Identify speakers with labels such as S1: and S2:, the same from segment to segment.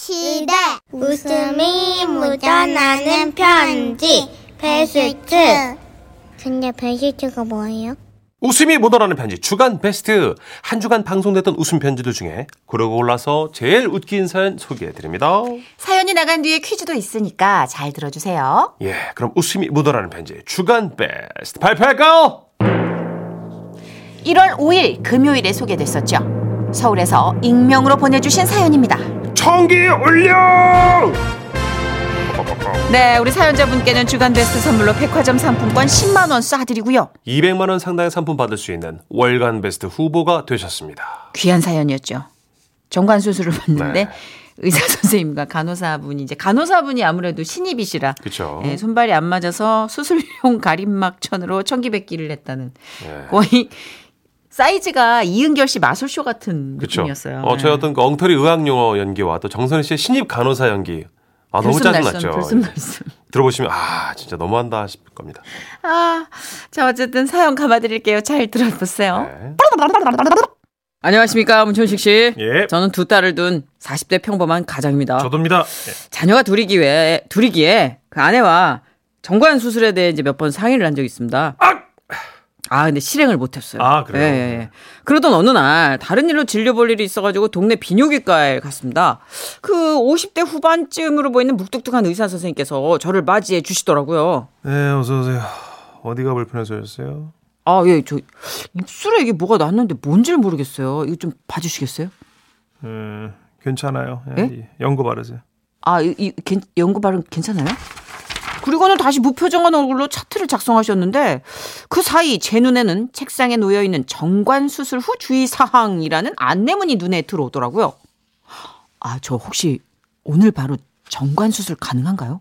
S1: 시대 웃음이 묻어나는 편지 베스트 근데 베스트가 뭐예요?
S2: 웃음이 묻어나는 편지 주간 베스트 한 주간 방송됐던 웃음 편지들 중에 고르고 골라서 제일 웃긴 사연 소개해드립니다.
S3: 사연이 나간 뒤에 퀴즈도 있으니까 잘 들어주세요.
S2: 예, 그럼 웃음이 묻어나는 편지 주간 베스트 발표할까요?
S3: 1월 5일 금요일에 소개됐었죠. 서울에서 익명으로 보내주신 사연입니다.
S2: 청기 올려!
S3: 네, 우리 사연자분께는 주간 베스트 선물로 백화점 상품권 10만 원 쏴드리고요.
S2: 200만 원 상당의 상품 받을 수 있는 월간 베스트 후보가 되셨습니다.
S3: 귀한 사연이었죠. 정관 수술을 받는데
S2: 네.
S3: 의사 선생님과 간호사분이 이제 간호사분이 아무래도 신입이시라
S2: 그쵸.
S3: 예, 손발이 안 맞아서 수술용 가림막천으로 청기백기를 했다는
S2: 예.
S3: 거의 사이즈가 이은결 씨 마술쇼 같은
S2: 그렇죠.
S3: 느낌이었어요. 네.
S2: 어, 저희 어떤 그 엉터리 의학 용어 연기와 또 정선희 씨의 신입 간호사 연기. 아, 너무 짜증났죠.
S3: 들숨날숨.
S2: 들어보시면 아, 진짜 너무한다 싶을 겁니다.
S3: 아, 자 어쨌든 사연 감아드릴게요. 잘 들어보세요.
S2: 네.
S3: 안녕하십니까 문천식 씨.
S2: 예.
S3: 저는 두 딸을 둔 40대 평범한 가장입니다.
S2: 저도입니다. 예.
S3: 자녀가 둘이기에 둘이기에 그 아내와 정관 수술에 대해 이제 몇 번 상의를 한 적이 있습니다. 아 근데 실행을 못했어요.
S2: 아, 그래요?
S3: 예, 예, 예. 그러던 어느 날 다른 일로 진료볼 일이 있어가지고 동네 비뇨기과에 갔습니다. 그 50대 후반쯤으로 보이는 묵뚝뚝한 의사 선생님께서 저를 맞이해 주시더라고요.
S2: 네, 어서 오세요. 어디가 불편해서였어요?
S3: 아 예, 저 입술에 이게 뭐가 났는데 뭔지를 모르겠어요. 이거 좀 봐주시겠어요?
S2: 음, 괜찮아요.
S3: 예?
S2: 연고 바르세요.
S3: 아, 이, 이 괜- 연구 발음 괜찮아요? 그리고는 다시 무표정한 얼굴로 차트를 작성하셨는데 그 사이 제 눈에는 책상에 놓여 있는 정관 수술 후 주의 사항이라는 안내문이 눈에 들어오더라고요. 아, 저 혹시 오늘 바로 정관 수술 가능한가요?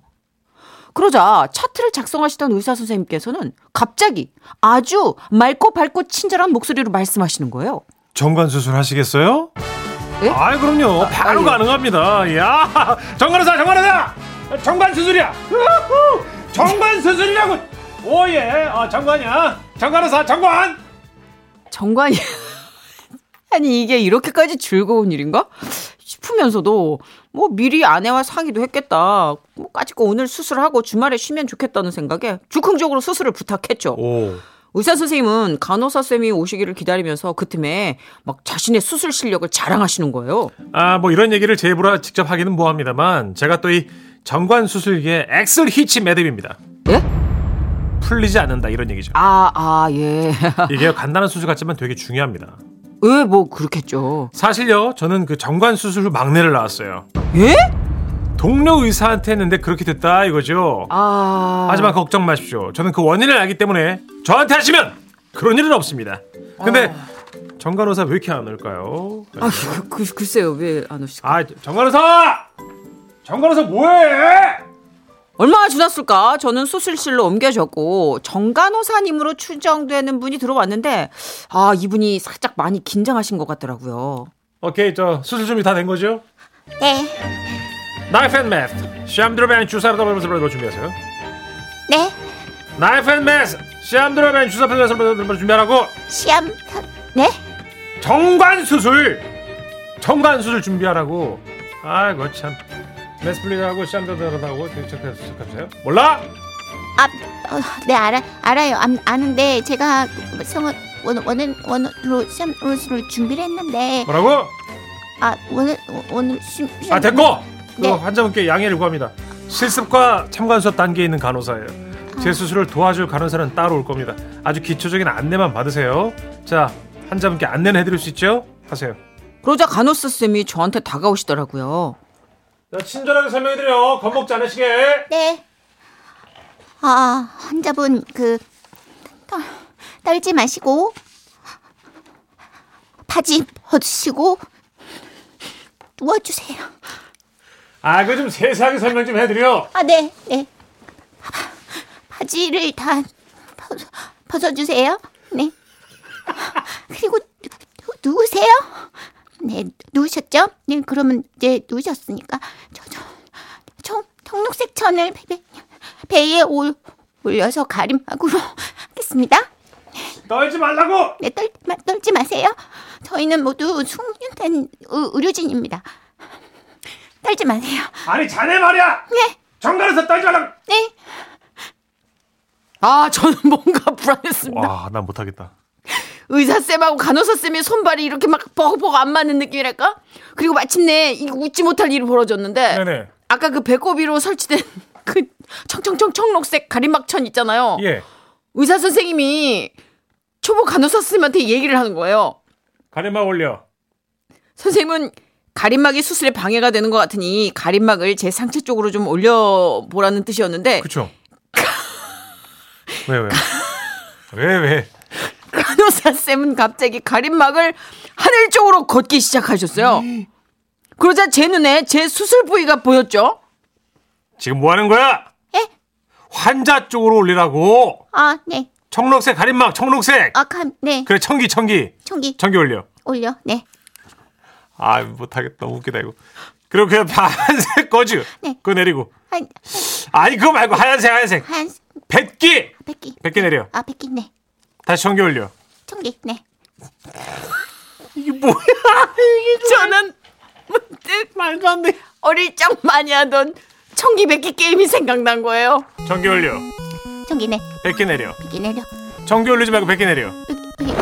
S3: 그러자 차트를 작성하시던 의사 선생님께서는 갑자기 아주 맑고 밝고 친절한 목소리로 말씀하시는 거예요.
S2: 정관 수술 하시겠어요?
S3: 예?
S2: 아, 그럼요. 바로
S3: 아, 예.
S2: 가능합니다. 야, 정관의사, 정관의사, 정관 수술이야. 우후! 정관 수술이라고. 오예, 아, 정관이야. 정관의사, 정관.
S3: 정관이 아니 이게 이렇게까지 즐거운 일인가 싶으면서도 뭐 미리 아내와 상의도 했겠다 뭐 까짓거 오늘 수술하고 주말에 쉬면 좋겠다는 생각에 즉흥적으로 수술을 부탁했죠
S2: 오,
S3: 의사 선생님은 간호사 쌤이 오시기를 기다리면서 그 틈에 막 자신의 수술 실력을 자랑하시는 거예요
S4: 아, 뭐 이런 얘기를 제 입으로 직접 하기는 뭐합니다만 제가 또 이 정관 수술기의 엑셀 히치 매듭입니다.
S3: 예?
S4: 풀리지 않는다 이런 얘기죠.
S3: 아, 아아예왜 뭐
S4: 이게 간단한 수술 같지만 되게 중요합니다.
S3: 그렇겠죠
S4: 사실요, 저는 그 정관 수술 후 막내를 낳았어요.
S3: 예?
S4: 동료 의사한테 했는데 그렇게 됐다 이거죠.
S3: 아
S4: 하지만 걱정 마십시오. 저는 그 원인을 알기 때문에 저한테 하시면 그런 일은 없습니다. 근데 정간호사 왜 이렇게 안 올까요?
S3: 아 그- 그- 글쎄요 왜 안 오실까
S4: 아, 정간호사! 정간호사 뭐해?
S3: 얼마나 지났을까? 저는 수술실로 옮겨졌고 정간호사님으로 추정되는 분이 들어왔는데 아 이분이 살짝 많이 긴장하신 것 같더라고요.
S4: 오케이, 저 수술 준비 다 된 거죠?
S1: 네,
S4: 나이프 앤 매스 시암드로벤 주사로 더블면서 버 준비하세요
S1: 네
S4: 나이프 앤 매스 시암드로벤 주사 펴면서 버 준비하라고
S1: 시험 탑- 네
S4: 정관 수술 정관 수술 준비하라고 아이고 참 매스 플리하고 시암드로벤하고 체크해주세요 몰라?
S1: 아, 어, 네 알아 알아요 암, 아는데 제가 성원 원 원은 원으로 시험 원수를 준비를 했는데
S4: 뭐라고?
S1: 아 오늘 오늘 시,
S4: 아 됐고
S1: 네.
S4: 그 환자분께 양해를 구합니다 실습과 참관 수업 단계에 있는 간호사예요 제 수술을 도와줄 간호사는 따로 올 겁니다 아주 기초적인 안내만 받으세요 자 환자분께 안내는 해드릴 수 있죠? 하세요
S3: 그러자 간호사 쌤이 저한테 다가오시더라고요.
S4: 자, 친절하게 설명해드려. 겁먹지 않으시게.
S1: 네. 아, 환자분 그 떨, 떨지 마시고 바지 벗으시고 누워주세요.
S4: 아, 그거 좀 세세하게 설명 좀 해드려.
S1: 아, 네, 네. 바지를 다 벗, 벗어주세요. 네. 그리고 누, 누우세요. 네, 누우셨죠? 네, 그러면 이제 누우셨으니까 저, 저, 청, 청록색 천을 배, 배, 배에 올, 올려서 가림막으로 하겠습니다.
S4: 떨지 말라고!
S1: 네, 떨, 마, 떨지 마세요. 저희는 모두 숙련된 의- 의료진입니다. 떨지 마세요.
S4: 아니 자네 말이야.
S1: 네,
S4: 정관에서 떨지 말라.
S1: 네.
S3: 아, 저는 뭔가 불안했습니다.
S2: 와, 난 못하겠다.
S3: 의사쌤하고 간호사쌤의 손발이 이렇게 막 버벅버벅 안 맞는 느낌이랄까? 그리고 마침내 이 웃지 못할 일이 벌어졌는데
S4: 네네.
S3: 아까 그 배꼽 위로 설치된 그 청청청청 녹색 가림막천 있잖아요.
S4: 예.
S3: 의사 선생님이 초보 간호사 선생님한테 얘기를 하는 거예요.
S4: 가래막 올려.
S3: 선생님은 가림막이 수술에 방해가 되는 것 같으니 가림막을 제 상체 쪽으로 좀 올려보라는 뜻이었는데
S4: 그쵸? 왜 왜? 왜 왜?
S3: 간호사 쌤은 갑자기 가림막을 하늘 쪽으로 걷기 시작하셨어요. 그러자 제 눈에 제 수술 부위가 보였죠.
S4: 지금 뭐 하는 거야?
S1: 에?
S4: 환자 쪽으로 올리라고.
S1: 네. 아, 네.
S4: 청록색 가림막 청록색.
S1: 아, 감, 네.
S4: 그래 청기 청기
S1: 총기
S4: 청기 올려.
S1: 올려. 네.
S4: 아 못하겠다 너무 웃기다 이거. 그리고 그냥 파란색 거즈
S1: 네.
S4: 그거 내리고.
S1: 한, 한,
S4: 아니 그거 말고 하얀색 하얀색
S1: 한,
S4: 백기
S1: 백기.
S4: 백기 내려.
S1: 아, 백기, 네.
S4: 다시 청기 올려.
S1: 총기, 네.
S4: 이게 뭐야?
S3: 저는 문득 말도 안 돼. 어릴 적 많이 하던 청기백기 게임이 생각난 거예요.
S4: 청기 올려.
S1: 총기, 네.
S4: 백기 내려.
S1: 백기 내려.
S4: 청기 올리지 말고 백기 내려.
S1: 백기, 네.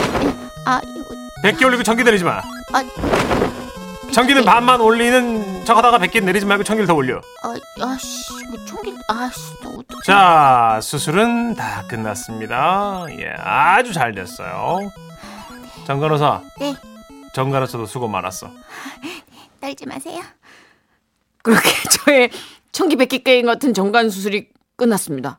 S1: 아, 이거,
S4: 백기 올리고 청기 내리지 마.
S1: 아,
S4: 청기는 반만 올리는 척하다가 백기 내리지 말고 청기를 더 올려.
S1: 아, 아, 씨, 뭐 총기, 아, 씨, 나 어떡해.
S4: 자 수술은 다 끝났습니다. 예, 아주 잘 됐어요. 정 간호사,
S1: 네,
S4: 정 간호사도 수고 많았어.
S1: 떨지 마세요.
S3: 그렇게 저의 청기백기 게임 같은 정관 수술이 끝났습니다.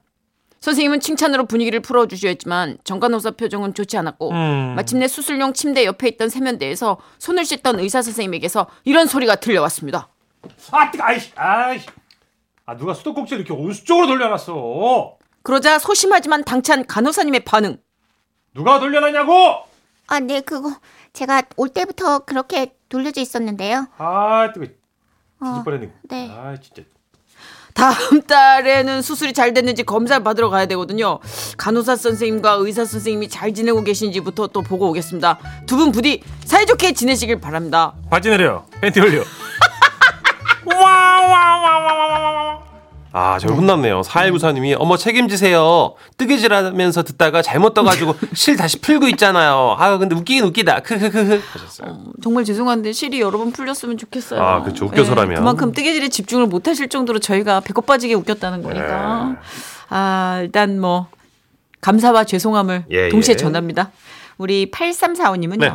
S3: 선생님은 칭찬으로 분위기를 풀어주셨지만 정간호사 표정은 좋지 않았고
S4: 음.
S3: 마침내 수술용 침대 옆에 있던 세면대에서 손을 씻던 의사 선생님에게서 이런 소리가 들려왔습니다.
S4: 아, 뜨거, 아이, 아이, 아 누가 수도꼭지를 이렇게 온수 쪽으로 돌려놨어?
S3: 그러자 소심하지만 당찬 간호사님의 반응.
S4: 누가 돌려놨냐고?
S1: 아, 네, 그거 제가 올 때부터 그렇게 돌려져 있었는데요.
S4: 아, 뜨거,
S1: 어,
S4: 뒤집어내는.
S1: 네.
S4: 아, 진짜.
S3: 다음 달에는 수술이 잘 됐는지 검사를 받으러 가야 되거든요. 간호사 선생님과 의사 선생님이 잘 지내고 계신지부터 또 보고 오겠습니다. 두 분 부디 사이좋게 지내시길 바랍니다.
S4: 바지 내려, 팬티 올려. 와와와와와와와.
S2: 아, 저 혼났네요. 사일구사님이 어머 책임지세요. 뜨개질하면서 듣다가 잘못 떠가지고 실 다시 풀고 있잖아요. 아, 근데 웃기긴 웃기다. 크크크크 하셨어요.
S3: 정말 죄송한데 실이 여러 번 풀렸으면 좋겠어요. 예,
S2: 아, 그쵸. 웃겨서라면.
S3: 그만큼 뜨개질에 집중을 못하실 정도로 저희가 배꼽 빠지게 웃겼다는 거니까.
S2: 네.
S3: 아, 일단 뭐 감사와 죄송함을
S2: 예,
S3: 동시에
S2: 예.
S3: 전합니다. 우리 8345님은요.
S2: 네.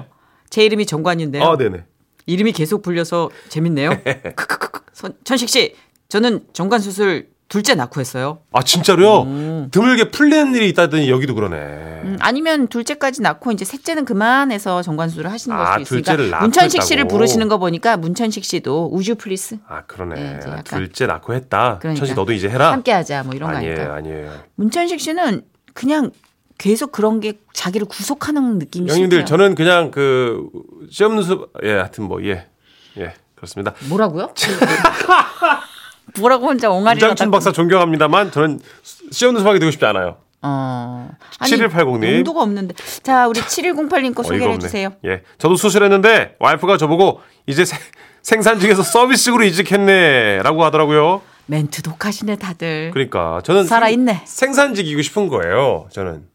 S3: 제 이름이 정관인데요.
S2: 아, 네네.
S3: 이름이 계속 불려서 재밌네요. 크크크크. 선- 천식 씨, 저는 정관 수술 둘째 낳고 했어요.
S2: 아, 진짜로요?
S4: 음.
S2: 드물게 풀리는 일이 있다더니 여기도 그러네.
S3: 음, 아니면 둘째까지 낳고 이제 셋째는 그만해서 정관 수술을 하시는 걸
S2: 아,
S3: 수도 있으니까
S2: 둘째를 낳고
S3: 문천식 씨를
S2: 했다고.
S3: 부르시는 거 보니까 문천식 씨도 우주 플리스
S2: 아, 그러네.
S3: 네, 이제
S2: 아,
S3: 약간-
S2: 둘째 낳고 했다.
S3: 그러니까.
S2: 천식 너도 이제 해라.
S3: 함께하자 뭐 이런 거 아닐까?
S2: 아니에요, 아니에요.
S3: 문천식 씨는 그냥 계속 그런 게 자기를 구속하는 느낌이
S2: 형님들
S3: 싫대요.
S2: 저는 그냥 그 시험 연습 예, 하여튼 뭐 예. 예. 그렇습니다.
S3: 뭐라고요? 뭐라고 혼자 옹알이를
S2: 이장춘
S3: 하다가-
S2: 박사 존경합니다만 저는 시험 연습하게 되고 싶지 않아요.
S3: 어.
S2: 7180 님.
S3: 용도가 없는데. 자, 우리 7108님 거
S2: 어이가
S3: 소개해
S2: 없네.
S3: 주세요.
S2: 예. 저도 수술했는데 와이프가 저보고 이제 생- 생산직에서 서비스직으로 이직했네라고 하더라고요.
S3: 멘트 독하시네 다들.
S2: 그러니까 저는
S3: 살아있네.
S2: 생- 생산직이고 싶은 거는 저는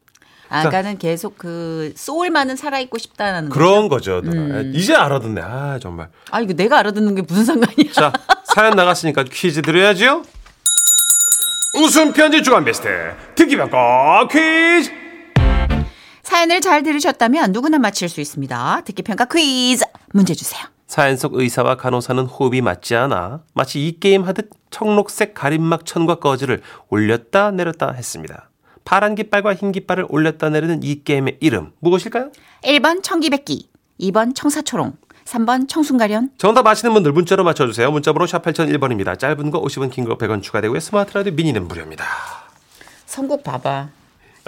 S3: 아까는 계속 그 소울만은 살아 있고 싶다는 거.
S2: 그런 거죠. 누나.
S3: 음.
S2: 이제 알아듣네. 아 정말.
S3: 아, 이거 내가 알아듣는 게 무슨 상관이야.
S2: 자 사연 나갔으니까 퀴즈 드려야지요. 웃음 편지 주간 베스트 특기평가 퀴즈.
S3: 사연을 잘 들으셨다면 누구나 맞힐 수 있습니다. 듣기 평가 퀴즈 문제 주세요.
S2: 사연 속 의사와 간호사는 호흡이 맞지 않아 마치 이 게임 하듯 청록색 가림막 천과 거즈를 올렸다 내렸다 했습니다. 파란 깃발과 흰 깃발을 올렸다 내리는 이 게임의 이름 무엇일까요?
S3: 1번 청기백기, 2번 청사초롱, 3번 청순가련.
S2: 정답 아시는 분들 문자로 맞춰주세요. 문자번호 샵 8001번입니다. 짧은 거 50원, 긴 거 100원 추가되고요. 스마트 라디오 미니는 무료입니다.
S3: 선곡 봐봐.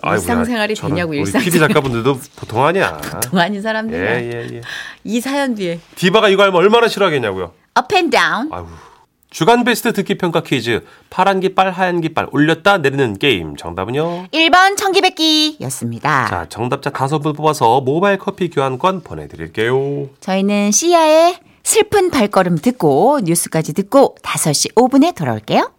S2: 아이고야,
S3: 일상생활이
S2: 저는
S3: 되냐고,
S2: 우리
S3: 일상생활.
S2: PD 작가분들도 보통 아니야.
S3: 동안인
S2: 예,
S3: 사람들이야.
S2: 예, 예.
S3: 이 사연 뒤에
S2: 디바가 이거 알면 얼마나 싫어하겠냐고요.
S3: up and down.
S2: 아유. 주간 베스트 듣기 평가 퀴즈. 파란 깃발, 하얀 깃발 올렸다 내리는 게임. 정답은요?
S3: 1번 청기백기였습니다.
S2: 자, 정답자 다섯 분 뽑아서 모바일 커피 교환권 보내드릴게요.
S3: 저희는 시아의 슬픈 발걸음 듣고 뉴스까지 듣고 5시 5분에 돌아올게요.